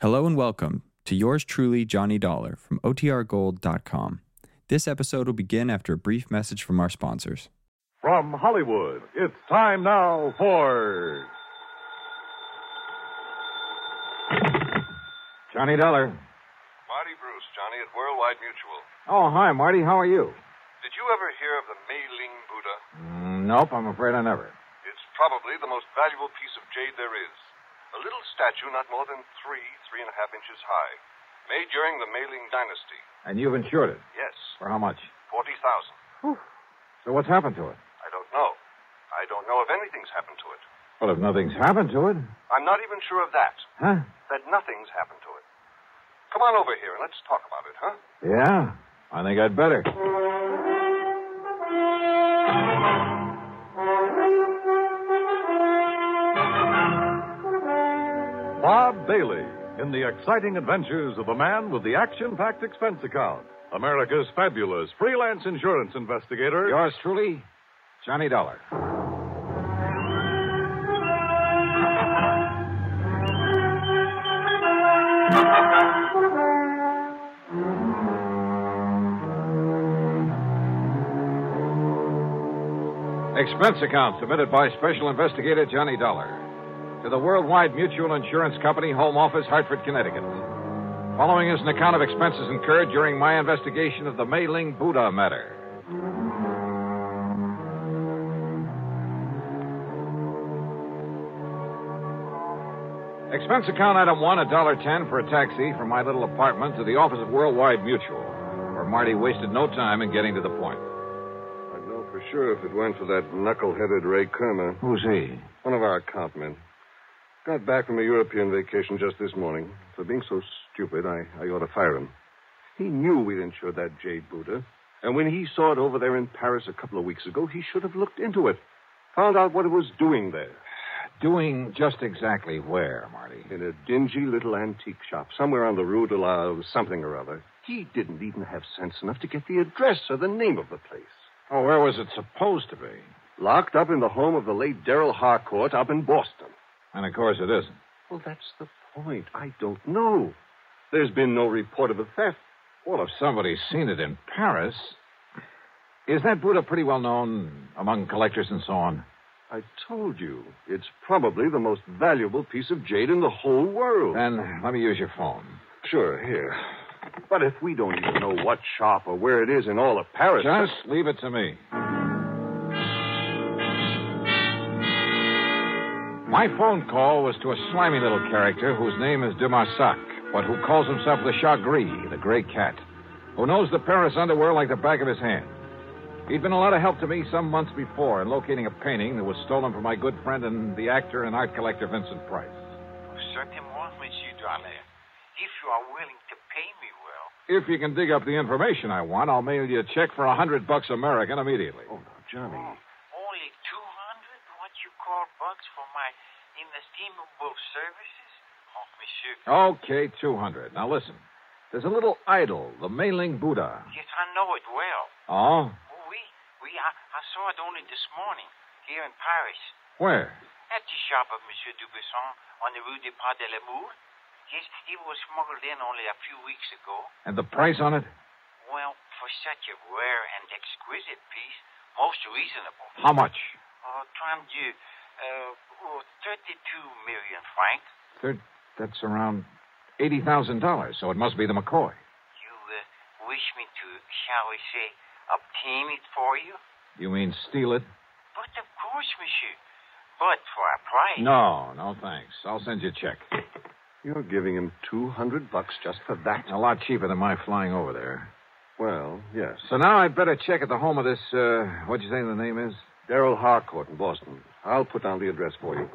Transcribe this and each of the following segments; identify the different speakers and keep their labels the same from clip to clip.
Speaker 1: Hello and welcome to yours truly, Johnny Dollar from OTRGold.com. This episode will begin after a brief message from our sponsors.
Speaker 2: From Hollywood, it's time now for.
Speaker 3: Johnny Dollar.
Speaker 4: Marty Bruce, Johnny, at Worldwide Mutual.
Speaker 3: Oh, hi, Marty. How are you?
Speaker 4: Did you ever hear of the Mei Ling Buddha?
Speaker 3: Mm, nope, I'm afraid I never.
Speaker 4: It's probably the most valuable piece of jade there is. A little statue not more than three, three and a half inches high, made during the Mei Ling dynasty.
Speaker 3: And you've insured it.
Speaker 4: Yes,
Speaker 3: For how much?
Speaker 4: 40,000.
Speaker 3: So what's happened to it?
Speaker 4: I don't know. I don't know if anything's happened to it.
Speaker 3: Well, if nothing's happened to it.
Speaker 4: I'm not even sure of that,
Speaker 3: Huh?
Speaker 4: that nothing's happened to it. Come on over here and let's talk about it, huh?
Speaker 3: Yeah. I think I'd better.
Speaker 2: Bob Bailey in the exciting adventures of the man with the action packed expense account. America's fabulous freelance insurance investigator.
Speaker 3: Yours truly, Johnny Dollar. Expense account submitted by Special Investigator Johnny Dollar to the Worldwide Mutual Insurance Company, Home Office, Hartford, Connecticut. Following is an account of expenses incurred during my investigation of the Mei Ling Buddha matter. Expense account item one, a dollar ten for a taxi from my little apartment to the office of Worldwide Mutual, where Marty wasted no time in getting to the point.
Speaker 4: I'd know for sure if it weren't for that knuckle-headed Ray Kermer,
Speaker 3: Who's he?
Speaker 4: one of our account men. Got back from a European vacation just this morning. For being so stupid, I, I ought to fire him. He knew we'd insured that jade Buddha. And when he saw it over there in Paris a couple of weeks ago, he should have looked into it. Found out what it was doing there.
Speaker 3: Doing just exactly where, Marty?
Speaker 4: In a dingy little antique shop somewhere on the Rue de la something or other. He didn't even have sense enough to get the address or the name of the place.
Speaker 3: Oh, where was it supposed to be?
Speaker 4: Locked up in the home of the late Darrell Harcourt up in Boston.
Speaker 3: And of course it isn't.
Speaker 4: Well, that's the point. I don't know. There's been no report of a theft.
Speaker 3: Well, if somebody's seen it in Paris. Is that Buddha pretty well known among collectors and so on?
Speaker 4: I told you, it's probably the most valuable piece of jade in the whole world.
Speaker 3: Then let me use your phone.
Speaker 4: Sure, here. But if we don't even know what shop or where it is in all of Paris.
Speaker 3: Just leave it to me. My phone call was to a slimy little character whose name is de Marsac, but who calls himself the Chat Gris, the Gray Cat, who knows the Paris underworld like the back of his hand. He'd been a lot of help to me some months before in locating a painting that was stolen from my good friend and the actor and art collector Vincent Price.
Speaker 5: Certainement, Monsieur Dollar. If you are willing to pay me well.
Speaker 3: If you can dig up the information I want, I'll mail you a check for a hundred bucks American immediately.
Speaker 4: Oh, now, Johnny.
Speaker 5: Only 200 what you call bucks for my inestimable services? Oh, Monsieur.
Speaker 3: Okay, 200. Now listen. There's a little idol, the Meiling Buddha.
Speaker 5: Yes, I know it well.
Speaker 3: Oh?
Speaker 5: We, we, I, I saw it only this morning here in Paris
Speaker 3: Where?
Speaker 5: at the shop of Monsieur Dubuisson on the Rue des Pas de l'Amour. Yes, it was smuggled in only a few weeks ago.
Speaker 3: And the price on it?
Speaker 5: Well, for such a rare and exquisite piece, most reasonable.
Speaker 3: How much?
Speaker 5: Oh, Tom, you, uh, oh, 32 million, Frank.
Speaker 3: Third, that's around $80,000, so it must be the McCoy.
Speaker 5: You uh, wish me to, shall we say, obtain it for you?
Speaker 3: You mean steal it?
Speaker 5: But of course, monsieur. But for a price.
Speaker 3: No, no thanks. I'll send you a check.
Speaker 4: You're giving him 200 bucks just for that?
Speaker 3: A lot cheaper than my flying over there.
Speaker 4: Well, yes.
Speaker 3: So now I'd better check at the home of this, uh, what'd you say the name is?
Speaker 4: Darrell Harcourt in Boston. I'll put down the address for you.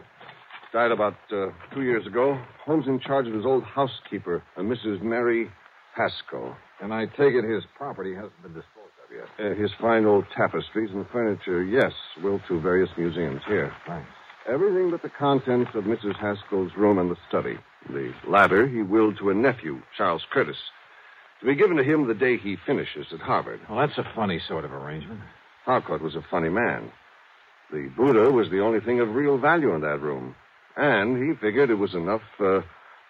Speaker 4: Died about uh, two years ago. Holmes in charge of his old housekeeper, a Mrs. Mary Pascoe.
Speaker 3: And I take it his property hasn't been disposed of yet.
Speaker 4: Uh, his fine old tapestries and furniture, yes, will to various museums here.
Speaker 3: Thanks.
Speaker 4: Everything but the contents of Mrs. Haskell's room and the study. The latter he willed to a nephew, Charles Curtis, to be given to him the day he finishes at Harvard.
Speaker 3: Well, that's a funny sort of arrangement.
Speaker 4: Harcourt was a funny man. The Buddha was the only thing of real value in that room. And he figured it was enough uh,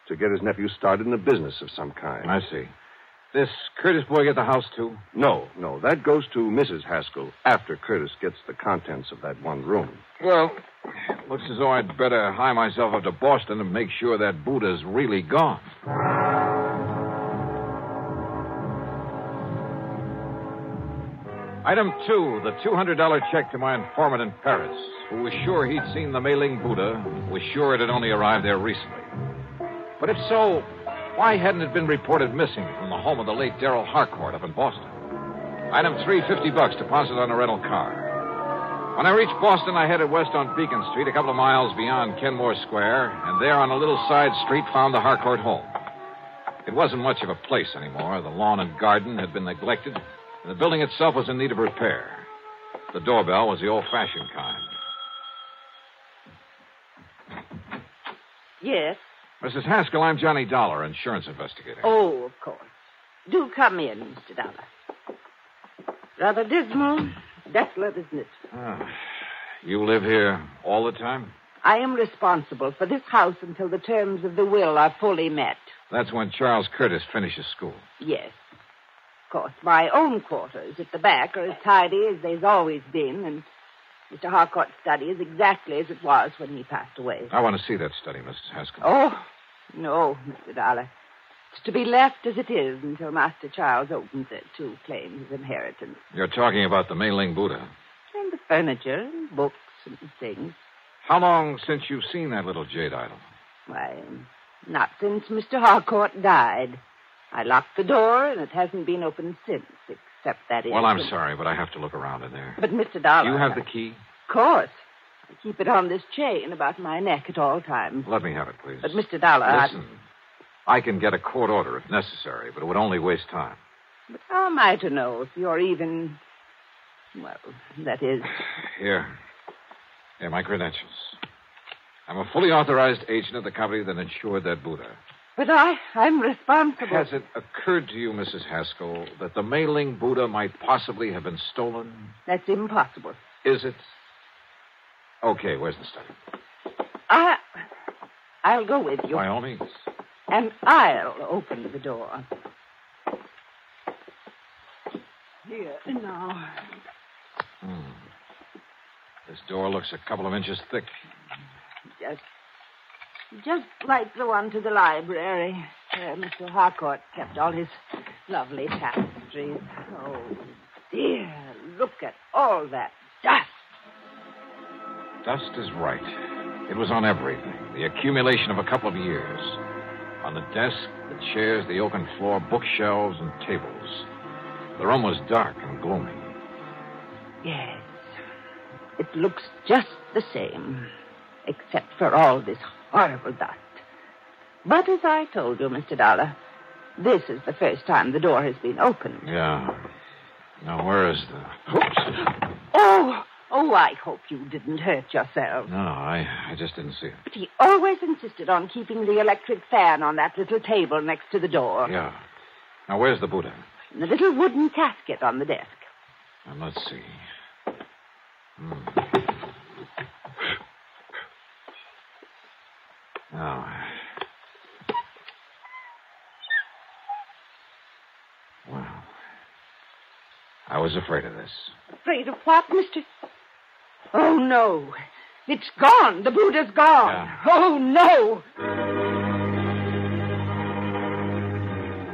Speaker 4: to get his nephew started in a business of some kind.
Speaker 3: I see. This Curtis boy get the house, too?
Speaker 4: No, no, that goes to Mrs. Haskell after Curtis gets the contents of that one room.
Speaker 3: Well, looks as though I'd better hie myself up to Boston to make sure that Buddha's really gone. Item two, the $200 check to my informant in Paris, who was sure he'd seen the mailing Buddha, was sure it had only arrived there recently. But if so, why hadn't it been reported missing from the home of the late Darrell Harcourt up in Boston? Item three, 50 bucks deposited on a rental car. When I reached Boston, I headed west on Beacon Street, a couple of miles beyond Kenmore Square, and there on a little side street found the Harcourt home. It wasn't much of a place anymore. The lawn and garden had been neglected, and the building itself was in need of repair. The doorbell was the old fashioned kind.
Speaker 6: Yes.
Speaker 3: Mrs. Haskell, I'm Johnny Dollar, insurance investigator.
Speaker 6: Oh, of course. Do come in, Mr. Dollar. Rather dismal, desolate, isn't it?
Speaker 3: Ah, you live here all the time?
Speaker 6: I am responsible for this house until the terms of the will are fully met.
Speaker 3: That's when Charles Curtis finishes school.
Speaker 6: Yes. Of course, my own quarters at the back are as tidy as they've always been, and Mr. Harcourt's study is exactly as it was when he passed away.
Speaker 3: I want to see that study, Mrs. Haskell.
Speaker 6: Oh, no, Mr. Dollar. It's to be left as it is until Master Charles opens it to claim his inheritance.
Speaker 3: You're talking about the Mei Ling Buddha.
Speaker 6: And the furniture and books and things.
Speaker 3: How long since you've seen that little jade idol?
Speaker 6: Why, not since Mr. Harcourt died. I locked the door, and it hasn't been opened since, except that
Speaker 3: Well, I'm
Speaker 6: instant.
Speaker 3: sorry, but I have to look around in there.
Speaker 6: But, Mr. Dollar.
Speaker 3: you have the
Speaker 6: Of
Speaker 3: key?
Speaker 6: course. I keep it on this chain about my neck at all times.
Speaker 3: Let me have it, please.
Speaker 6: But, uh, Mr. Dollar, I-
Speaker 3: Listen, I can get a court order if necessary, but it would only waste time.
Speaker 6: But how am I to know if you're even. Well, that is.
Speaker 3: Here. Here, my credentials. I'm a fully authorized agent of the company that insured that Buddha.
Speaker 6: But I, I'm responsible.
Speaker 3: Has it occurred to you, Mrs. Haskell, that the mailing Buddha might possibly have been stolen?
Speaker 6: That's impossible.
Speaker 3: Is it? Okay, where's the study?
Speaker 6: I. I'll go with you.
Speaker 3: By all means.
Speaker 6: And I'll open the door. Here, now.
Speaker 3: This door looks a couple of inches thick.
Speaker 6: Just. Just like the one to the library, where Mr. Harcourt kept all his lovely tapestries. Oh, dear. Look at all that dust.
Speaker 3: Dust is right. It was on everything. The accumulation of a couple of years. On the desk, the chairs, the oaken floor, bookshelves, and tables. The room was dark and gloomy.
Speaker 6: Yes. It looks just the same, except for all this horrible dust. But as I told you, Mr. Dollar, this is the first time the door has been opened.
Speaker 3: Yeah. Now, where is the. Oops.
Speaker 6: Oh, oh, I hope you didn't hurt yourself.
Speaker 3: No, I, I just didn't see it.
Speaker 6: But he always insisted on keeping the electric fan on that little table next to the door.
Speaker 3: Yeah. Now, where's the Buddha?
Speaker 6: And the little wooden casket on the desk.
Speaker 3: And Uh, let's see. Hmm. Now. Well. I was afraid of this.
Speaker 6: Afraid of what, Mr. Oh, no. It's gone. The Buddha's gone.
Speaker 3: Yeah.
Speaker 6: Oh, no.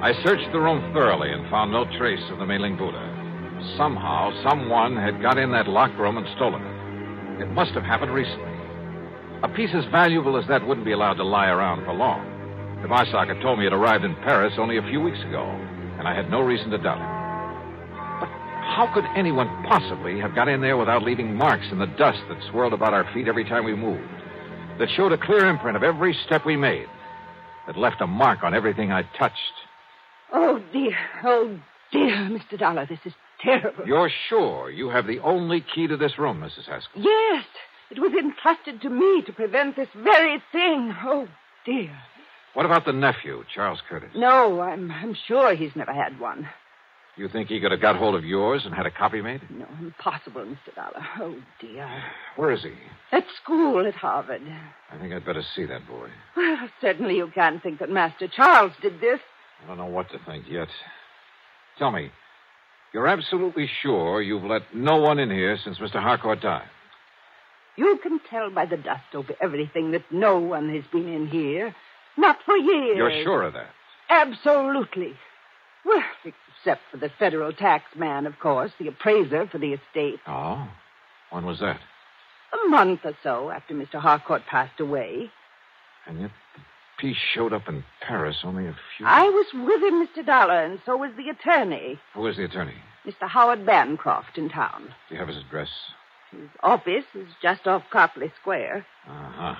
Speaker 3: I searched the room thoroughly and found no trace of the Mailing Buddha. Somehow, someone had got in that locked room and stolen it. It must have happened recently. A piece as valuable as that wouldn't be allowed to lie around for long. The Marsoc had told me it arrived in Paris only a few weeks ago, and I had no reason to doubt it. But how could anyone possibly have got in there without leaving marks in the dust that swirled about our feet every time we moved, that showed a clear imprint of every step we made, that left a mark on everything I touched?
Speaker 6: Oh, dear. Oh, dear, Mr. Dollar, this is terrible.
Speaker 3: You're sure you have the only key to this room, Mrs. Haskell?
Speaker 6: Yes, it was entrusted to me to prevent this very thing. Oh, dear.
Speaker 3: What about the nephew, Charles Curtis?
Speaker 6: No, I'm, I'm sure he's never had one.
Speaker 3: You think he could have got hold of yours and had a copy made?
Speaker 6: No, impossible, Mr. Dollar. Oh, dear.
Speaker 3: Where is he?
Speaker 6: At school at Harvard.
Speaker 3: I think I'd better see that boy.
Speaker 6: Well, certainly you can't think that Master Charles did this.
Speaker 3: I don't know what to think yet. Tell me, you're absolutely sure you've let no one in here since Mr. Harcourt died?
Speaker 6: You can tell by the dust over everything that no one has been in here. Not for years.
Speaker 3: You're sure of that?
Speaker 6: Absolutely. Well, except for the federal tax man, of course, the appraiser for the estate.
Speaker 3: Oh? When was that?
Speaker 6: A month or so after Mr. Harcourt passed away.
Speaker 3: And yet the piece showed up in Paris only a few...
Speaker 6: I was with him, Mr. Dollar, and so was the attorney,
Speaker 3: Who is the attorney?
Speaker 6: Mr. Howard Bancroft, in town.
Speaker 3: Do you have his address?
Speaker 6: His office is just off Copley Square.
Speaker 3: Uh-huh.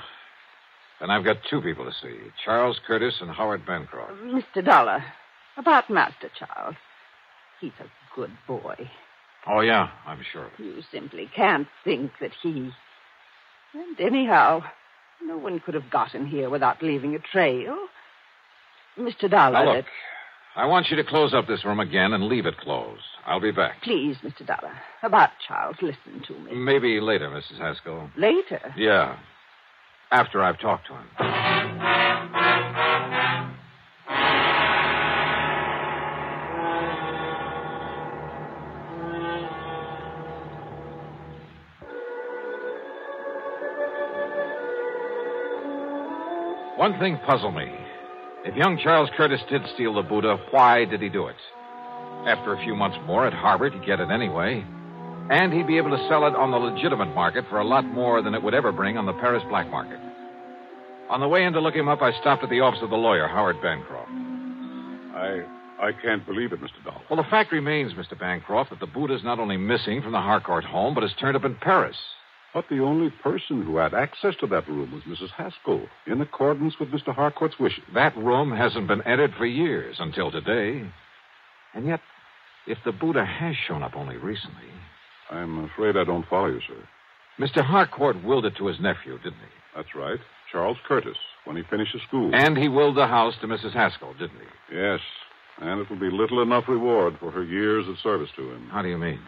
Speaker 3: Then I've got two people to see. Charles Curtis and Howard Bancroft.
Speaker 6: Mr. Dollar, about Master Charles. He's a good boy.
Speaker 3: Oh, yeah, I'm sure of it.
Speaker 6: You simply can't think that he. And anyhow, no one could have gotten here without leaving a trail. Mr. Dollar,
Speaker 3: Now,
Speaker 6: let-
Speaker 3: look, I want you to close up this room again and leave it closed. I'll be back.
Speaker 6: please, Mr. Dollar, about Charles, listen to me.
Speaker 3: Maybe later, Mrs. Haskell.
Speaker 6: Later.
Speaker 3: Yeah. After I've talked to him. One thing puzzled me. If young Charles Curtis did steal the Buddha, why did he do it? After a few months more at Harvard, he'd get it anyway. And he'd be able to sell it on the legitimate market for a lot more than it would ever bring on the Paris black market. On the way in to look him up, I stopped at the office of the lawyer, Howard Bancroft.
Speaker 7: I I can't believe it, Mr. Dollar.
Speaker 3: Well, the fact remains, Mr. Bancroft, that the Buddha's not only missing from the Harcourt home, but has turned up in Paris.
Speaker 7: But the only person who had access to that room was Mrs. Haskell, in accordance with Mr. Harcourt's wishes.
Speaker 3: That room hasn't been entered for years until today. And yet, if the Buddha has shown up only recently,
Speaker 7: I'm afraid I don't follow you, sir.
Speaker 3: Mr. Harcourt willed it to his nephew, didn't he?
Speaker 7: That's right. Charles Curtis, when he finishes school.
Speaker 3: And he willed the house to Mrs. Haskell, didn't he?
Speaker 7: Yes. And it will be little enough reward for her years of service to him.
Speaker 3: How do you mean?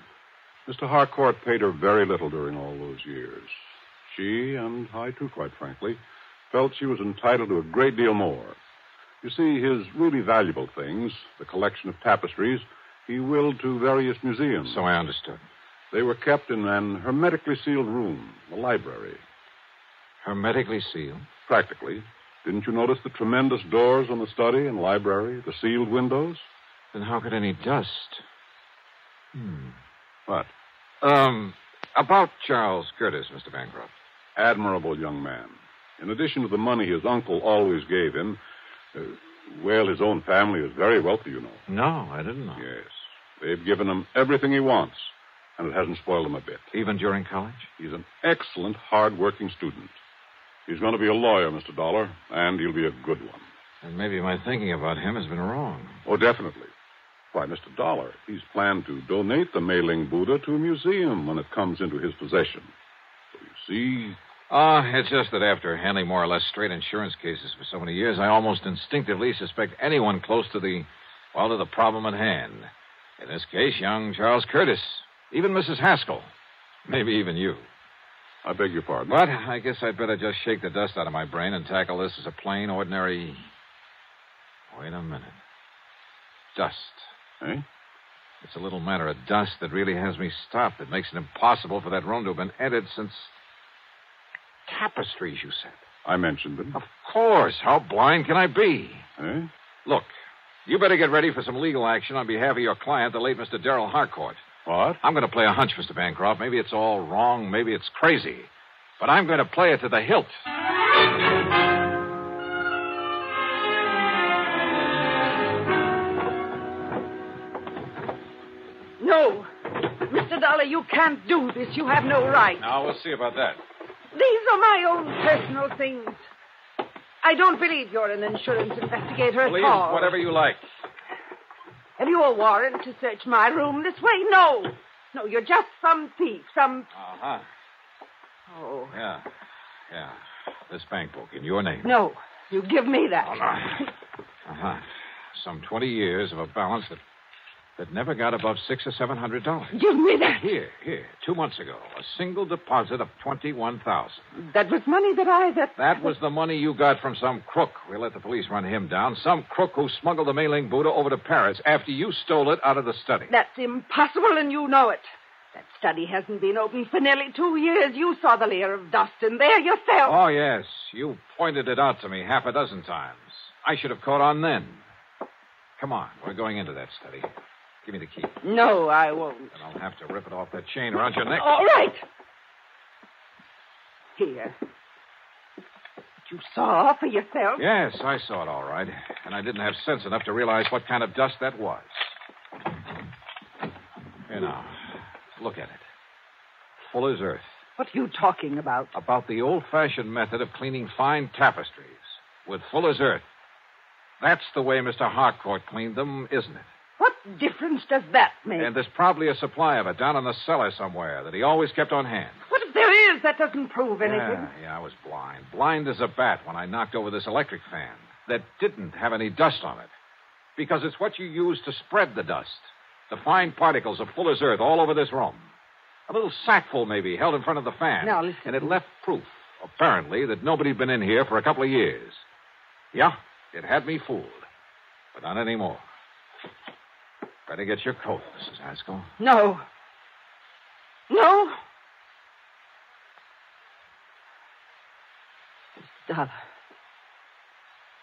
Speaker 7: Mr. Harcourt paid her very little during all those years. She, and I too, quite frankly, felt she was entitled to a great deal more. You see, his really valuable things, the collection of tapestries, he willed to various museums.
Speaker 3: So I understood.
Speaker 7: They were kept in an hermetically sealed room, the library,
Speaker 3: Hermetically sealed.
Speaker 7: practically. Didn't you notice the tremendous doors on the study and library, the sealed windows?
Speaker 3: Then how could any dust? Hmm.
Speaker 7: What?
Speaker 3: Um, about Charles Curtis, Mr. Bancroft.
Speaker 7: Admirable young man. In addition to the money his uncle always gave him, uh, well, his own family is very wealthy, you know.
Speaker 3: No, I didn't know.
Speaker 7: Yes. They've given him everything he wants, and it hasn't spoiled him a bit.
Speaker 3: Even during college?
Speaker 7: He's an excellent, hard-working student. He's going to be a lawyer, Mr. Dollar, and he'll be a good one.
Speaker 3: And maybe my thinking about him has been wrong.
Speaker 7: Oh, definitely. Why, Mr. Dollar, he's planned to donate the Mailing Buddha to a museum when it comes into his possession. So you see,
Speaker 3: Ah, it's just that after handling more or less straight insurance cases for so many years, I almost instinctively suspect anyone close to the, well, to the problem at hand. In this case, young Charles Curtis, even Mrs. Haskell, maybe even you.
Speaker 7: I beg your pardon.
Speaker 3: But I guess I'd better just shake the dust out of my brain and tackle this as a plain, ordinary. Wait a minute. Dust.
Speaker 7: Eh?
Speaker 3: It's a little matter of dust that really has me stopped. It makes it impossible for that room to have been entered since. Tapestries, you said.
Speaker 7: I mentioned them.
Speaker 3: Of course. How blind can I be?
Speaker 7: Eh?
Speaker 3: Look, you better get ready for some legal action on behalf of your client, the late Mr. Darrell Harcourt.
Speaker 7: What?
Speaker 3: I'm going to play a hunch, Mr. Bancroft. Maybe it's all wrong. Maybe it's crazy. But I'm going to play it to the hilt.
Speaker 6: No. Mr. Dollar, you can't do this. You have no right.
Speaker 3: Now, we'll see about that.
Speaker 6: These are my own personal things. I don't believe you're an insurance investigator at
Speaker 3: Please,
Speaker 6: all.
Speaker 3: whatever you like.
Speaker 6: Have you a warrant to search my room this way? No. No, you're just some thief, some.
Speaker 3: Uh huh.
Speaker 6: Oh.
Speaker 3: Yeah. Yeah. This bank book in your name. Uh-huh.
Speaker 6: No. You give me that.
Speaker 3: Uh huh. Some 20 years of a balance that. that never got above six or seven hundred dollars.
Speaker 6: Give me that.
Speaker 3: Here, here, two months ago, a single deposit of twenty-one thousand.
Speaker 6: That was money that I that
Speaker 3: That was the money you got from some crook. We let the police run him down. Some crook who smuggled the Mailing Buddha over to Paris after you stole it out of the study.
Speaker 6: That's impossible, and you know it. That study hasn't been opened for nearly two years. You saw the layer of dust in there yourself.
Speaker 3: Oh, yes. You pointed it out to me half a dozen times. I should have caught on then. Come on. We're going into that study. Give me the key. Then
Speaker 6: No, I won't.
Speaker 3: I'll have to rip it off that chain around your neck.
Speaker 6: All right. Here. You saw for yourself.
Speaker 3: Yes, I saw it all right. And I didn't have sense enough to realize what kind of dust that was. Here now. Look at it. Full as earth.
Speaker 6: What are you talking about?
Speaker 3: about the old fashioned method of cleaning fine tapestries with fuller's earth. That's the way Mr. Harcourt cleaned them, isn't it?
Speaker 6: What difference does that make?
Speaker 3: And there's probably a supply of it down in the cellar somewhere that he always kept on hand.
Speaker 6: What if there is? That doesn't prove anything.
Speaker 3: Yeah, yeah, I was blind. Blind as a bat when I knocked over this electric fan that didn't have any dust on it. Because it's what you use to spread the dust. The fine particles of fuller's earth all over this room. A little sackful, maybe, held in front of the fan.
Speaker 6: Now, listen.
Speaker 3: And it left proof, apparently, that nobody'd been in here for a couple of years. Yeah, it had me fooled. But not anymore. Better get your coat, Mrs. Haskell.
Speaker 6: No. No. Dollar.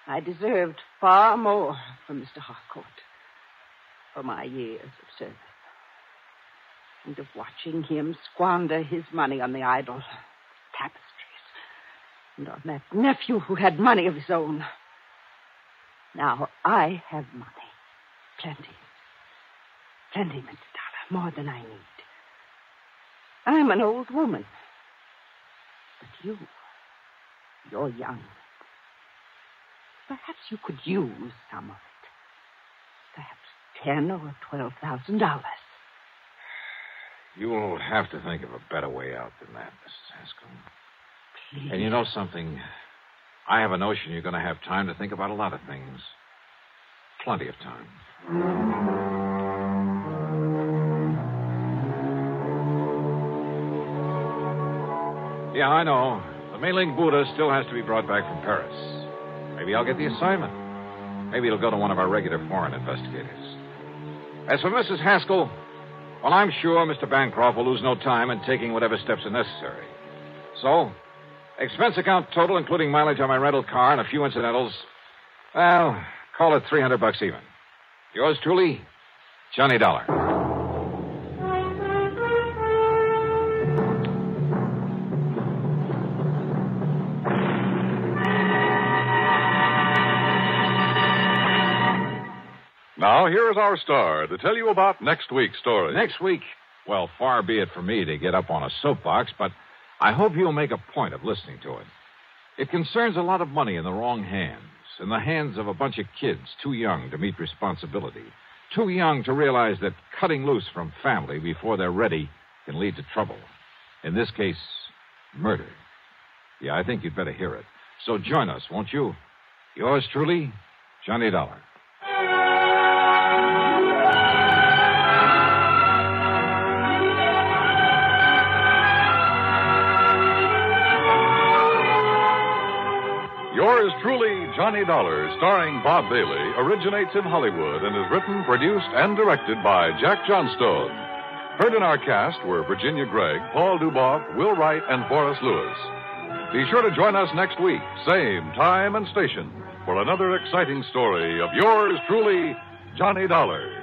Speaker 6: I deserved far more from Mr. Harcourt for my years of service and of watching him squander his money on the idle tapestries and on that nephew who had money of his own. Now I have money. Plenty. Plenty, Mr. Dollar, more than I need. I'm an old woman. But you, you're young. Perhaps you could use some of it. Perhaps ten or twelve thousand dollars.
Speaker 3: You won't have to think of a better way out than that, Mrs. Haskell.
Speaker 6: Please.
Speaker 3: And you know something? I have a notion you're going to have time to think about a lot of things. Plenty of time. Yeah, I know. The Mailing Buddha still has to be brought back from Paris. Maybe I'll get the assignment. Maybe it'll go to one of our regular foreign investigators. As for Mrs. Haskell, well, I'm sure Mr. Bancroft will lose no time in taking whatever steps are necessary. So, expense account total, including mileage on my rental car and a few incidentals, well, call it 300 bucks even. Yours truly, Johnny Dollar.
Speaker 7: Now, here is our star to tell you about next week's story.
Speaker 3: Next week, well, far be it from me to get up on a soapbox, but I hope you'll make a point of listening to it. It concerns a lot of money in the wrong hands, in the hands of a bunch of kids too young to meet responsibility, too young to realize that cutting loose from family before they're ready can lead to trouble. In this case, murder. Yeah, I think you'd better hear it. So join us, won't you? Yours truly, Johnny Dollar.
Speaker 7: Yours truly, Johnny Dollar, starring Bob Bailey, originates in Hollywood and is written, produced, and directed by Jack Johnstone. Heard in our cast were Virginia Gregg, Paul Duboff, Will Wright, and Boris Lewis. Be sure to join us next week, same time and station, for another exciting story of yours truly, Johnny Dollar.